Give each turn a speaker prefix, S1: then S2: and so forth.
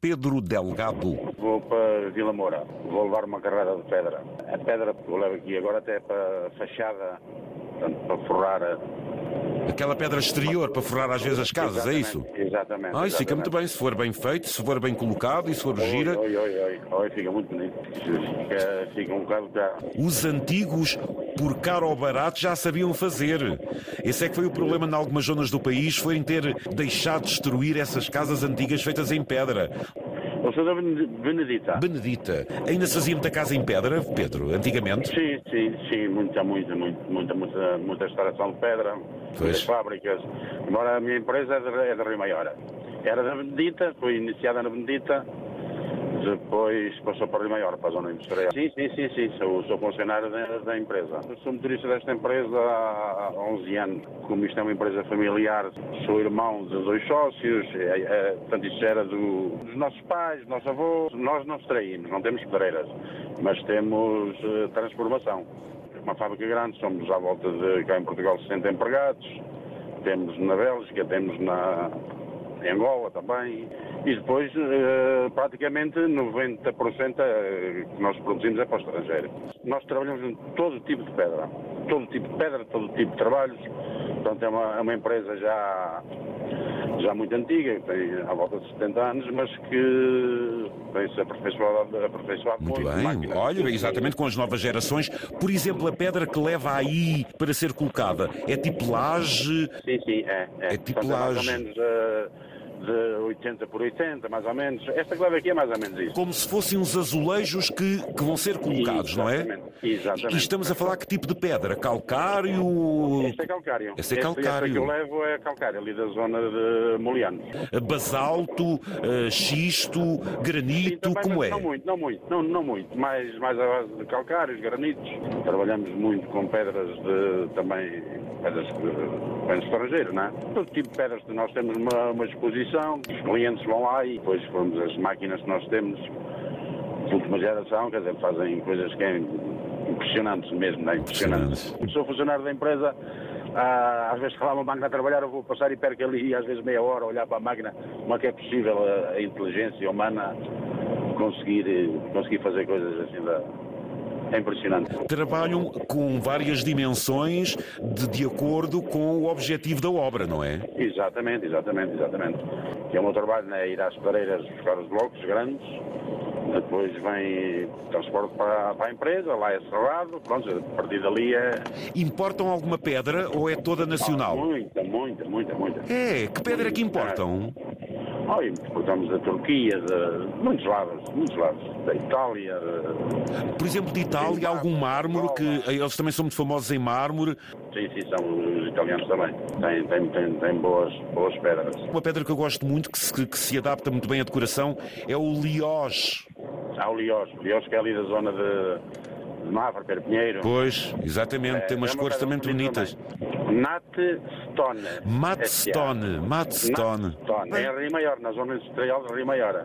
S1: Pedro Delgado.
S2: Vou para Vila Moura, vou levar uma carrada de pedra. A pedra que eu levo aqui agora até para a fachada, portanto, para forrar a-
S1: Aquela pedra exterior para forrar às vezes as casas, é isso?
S2: Exatamente, Exatamente.
S1: Ah, isso fica muito bem,
S2: exatamente.
S1: se for bem feito, se for bem colocado e se for gira.
S2: Oi, oi, oi, oi, oi, fica muito bonito. Fica, fica um bocado já.
S1: Os antigos, por caro ou barato, já sabiam fazer. Esse é que foi o problema em algumas zonas do país, foi em ter deixado destruir essas casas antigas feitas em pedra.
S2: O senhor da Bene- Benedita?
S1: Benedita, ainda se fazia muita casa em pedra, Pedro, antigamente?
S2: Sim, sim, sim, muita, muita, muita, muita, muita, muita restauração de pedra, muitas fábricas. Embora a minha empresa é de, é de Rio Maior. Era da Benedita, foi iniciada na Benedita, depois passou para Rio Maior, para a zona industrial. Sim, sim, sim, sim, sou, sou funcionário da, da empresa. Eu sou motorista desta empresa há 11 anos. Como isto é uma empresa familiar, sou irmão de dois sócios, é, é, portanto isto era do- dos nossos pais, dos nossos avós. Nós não extraímos, não temos pedreiras, mas temos eh, transformação. É Uma fábrica grande, somos à volta de, cá em Portugal, 60 empregados. Temos na Bélgica, temos na em Angola também. E depois, eh, praticamente 90% eh, que nós produzimos é para o estrangeiro. Nós trabalhamos em todo tipo de pedra. Todo tipo de pedra, todo tipo de trabalhos. Portanto, é uma, é uma empresa já, já muito antiga, que tem à volta de 70 anos, mas que tem-se aperfeiçoado, aperfeiçoado
S1: Muito bem,
S2: máquinas.
S1: olha, exatamente com as novas gerações. Por exemplo, a pedra que leva aí para ser colocada é tipo laje,
S2: Sim, sim, é.
S1: É tipo
S2: Portanto, mais ou
S1: laje.
S2: menos eh, de 80 por 80, mais ou menos. Esta clave aqui é mais ou menos isso.
S1: como se fossem uns azulejos que, que vão ser colocados, não é?
S2: Exatamente, exatamente.
S1: E estamos a falar que tipo de pedra? Calcário,
S2: Este é calcário.
S1: Esse é
S2: Este-
S1: calcário.
S2: Este que eu levo é calcário, ali da zona de Molianos.
S1: basalto, eh, xisto,
S2: Sim,
S1: granito,
S2: também,
S1: como
S2: mas
S1: é?
S2: Não muito, não muito, não, não muito. Mais, mais à base de calcários, granitos. Trabalhamos muito com pedras de, também, pedras que vêm do estrangeiro, não é? Todo tipo de pedras que nós temos uma, uma exposição, os clientes vão lá e depois vamos as máquinas que nós temos de última geração, quer dizer, fazem coisas que é impressionantes mesmo, não é? Impressionantes. Sou funcionário da empresa, ah, às vezes que lá uma máquina a trabalhar, eu vou passar e perco ali, às vezes meia hora, a olhar para a máquina, como é que é possível a, a inteligência humana conseguir, eh, conseguir fazer coisas assim, da- é impressionante.
S1: Trabalham com várias dimensões de, de acordo com o objetivo da obra, não é?
S2: Exatamente, exatamente, exatamente. Que é o meu trabalho, né? ir às pareiras buscar os blocos grandes, depois vem transporte para, para a empresa, lá é cerrado, pronto, a partir dali é,
S1: Importam alguma pedra ou é toda nacional?
S2: Ah, Muita, muita, muita, muita.
S1: É, que pedra é que importam?
S2: Olha, importamos da Turquia, de muitos lados, muitos lados. Da Itália, de...
S1: Por exemplo, de Itália, algum mármore, que eh, eles também são muito famosos em mármore.
S2: sim, sim, são os italianos também. Tem, tem, tem, tem boas, boas pedras.
S1: Uma pedra que eu gosto muito, que se, que se adapta muito bem à decoração, é o liós.
S2: Há o Liós, o Liós que é ali da zona de, de Mafra, Perpinheiro.
S1: Pois, exatamente, tem umas
S2: É uma
S1: cores
S2: pedra
S1: também muito bonitas.
S2: também. Nat Stone.
S1: Matstone,
S2: S.A..
S1: Matstone.
S2: é Nat Stone, é em Rio Maior, na zona industrial de Rio Maior.